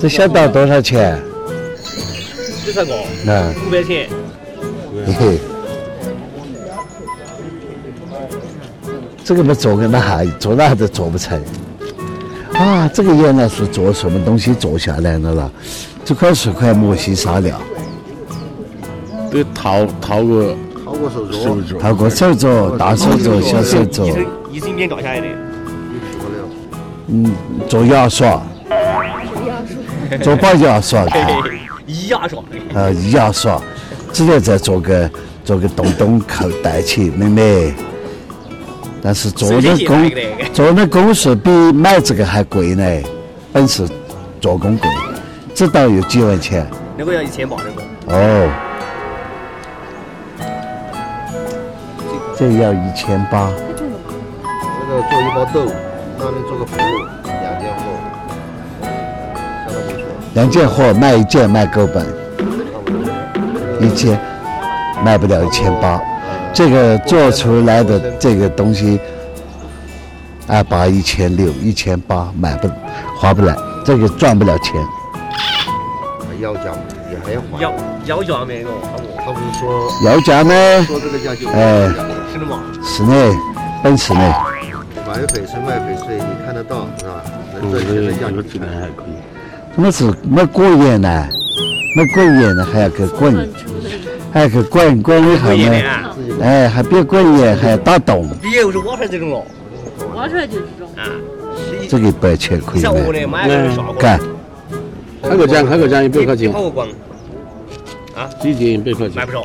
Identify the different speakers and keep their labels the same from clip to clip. Speaker 1: 这小刀多少钱？
Speaker 2: 这啥个？
Speaker 1: 啊，
Speaker 2: 五百钱。
Speaker 1: 嘿嘿。这个嘛做个那做那都做不成。啊，这个原来是做什么东西做下来的了？这块是块磨西沙料，
Speaker 3: 都淘淘过
Speaker 4: 好过手镯，
Speaker 3: 手镯，
Speaker 1: 包括手镯、大手镯、哦小手
Speaker 2: 一
Speaker 1: 镯，
Speaker 2: 身一身边搞下来的，
Speaker 1: 嗯，做牙刷，做把牙刷的。
Speaker 2: 哎 一牙刷。
Speaker 1: 呃，牙刷，只能再做个做个洞洞口袋去，妹妹。但是做的
Speaker 2: 手机
Speaker 1: 工
Speaker 2: 买的那个
Speaker 1: 做的工是比买这个还贵呢，本是做工贵，这倒有几万钱
Speaker 2: 那个要一千八那个。
Speaker 1: 哦。这要一千八，
Speaker 4: 那个做一包豆，那边做个葫芦，两件货，相当不错。
Speaker 1: 两件货卖一件卖够本，
Speaker 4: 差不多。
Speaker 1: 一件卖不了一千八。这个做出来的这个东西，二八一千六、一千八买不花不来，这个赚不了钱。
Speaker 4: 还呃要价吗？也还要还。
Speaker 2: 要要价没个，差不多。
Speaker 4: 他不是说
Speaker 1: 要价呢，
Speaker 4: 说这个价就
Speaker 1: 哎
Speaker 4: 要价吗
Speaker 2: 是的嘛？
Speaker 1: 是呢，本事呢，
Speaker 4: 买翡翠卖翡翠，你看得到是吧？能
Speaker 3: 我
Speaker 4: 赚
Speaker 3: 这
Speaker 4: 钱的价
Speaker 3: 这
Speaker 4: 就
Speaker 3: 个质量还可以。
Speaker 1: 我是没过夜呢，没过夜呢还要去滚，还要去滚滚以后
Speaker 2: 可以的
Speaker 1: 呢，
Speaker 2: 啊。
Speaker 1: 哎，还别滚夜，还要打洞，
Speaker 2: 毕业我是挖出来这种了，
Speaker 5: 挖出来就是这种，
Speaker 2: 啊。
Speaker 1: 这个一百钱可以
Speaker 2: 像我
Speaker 1: 买，
Speaker 2: 呢，买了个下锅，
Speaker 1: 干，
Speaker 3: 开个奖，开个奖一百块
Speaker 2: 一
Speaker 3: 钱，
Speaker 2: 泡个光，
Speaker 3: 最近一百块
Speaker 2: 买
Speaker 3: 钱
Speaker 2: 不，着，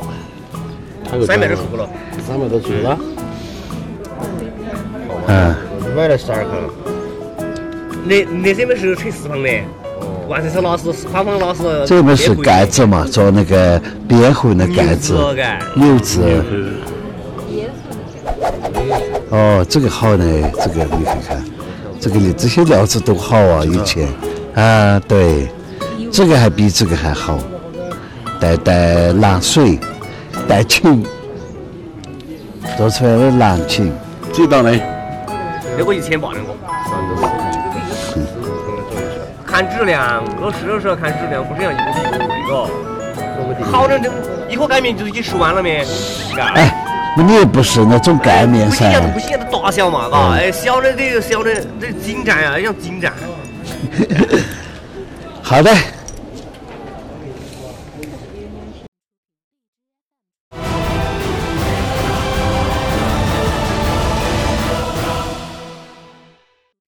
Speaker 3: 开个
Speaker 2: 三百多
Speaker 3: 奖
Speaker 2: 出了。
Speaker 3: 三百多出了，
Speaker 1: 嗯，
Speaker 4: 你卖了十二颗，
Speaker 2: 那那些么是吹四方的，完全是老师方方老师。
Speaker 1: 这不是盖子嘛，做那个边户的盖子
Speaker 2: 牛，子盖
Speaker 1: 柚子。哦，这个好呢，这个你看看，这个这些料子都好啊，以前啊，对，这个还比这个还好，带带蓝水，带青，做出来的蓝青，
Speaker 3: 这道呢？
Speaker 2: 那个一千八那个。
Speaker 4: 三个四个，做一下。
Speaker 2: 看质量，我吃的时候看质量，不是要一个比一个贵个。
Speaker 4: 做个底。
Speaker 2: 好的，这一盒干面就是一十万了没？嘎
Speaker 1: 哎，那你又不是那种盖面
Speaker 2: 不一样的不
Speaker 1: 噻，
Speaker 2: 一样的大小嘛，嘎，哎，小的这个小的这金盏啊，像金盏。
Speaker 1: 好的。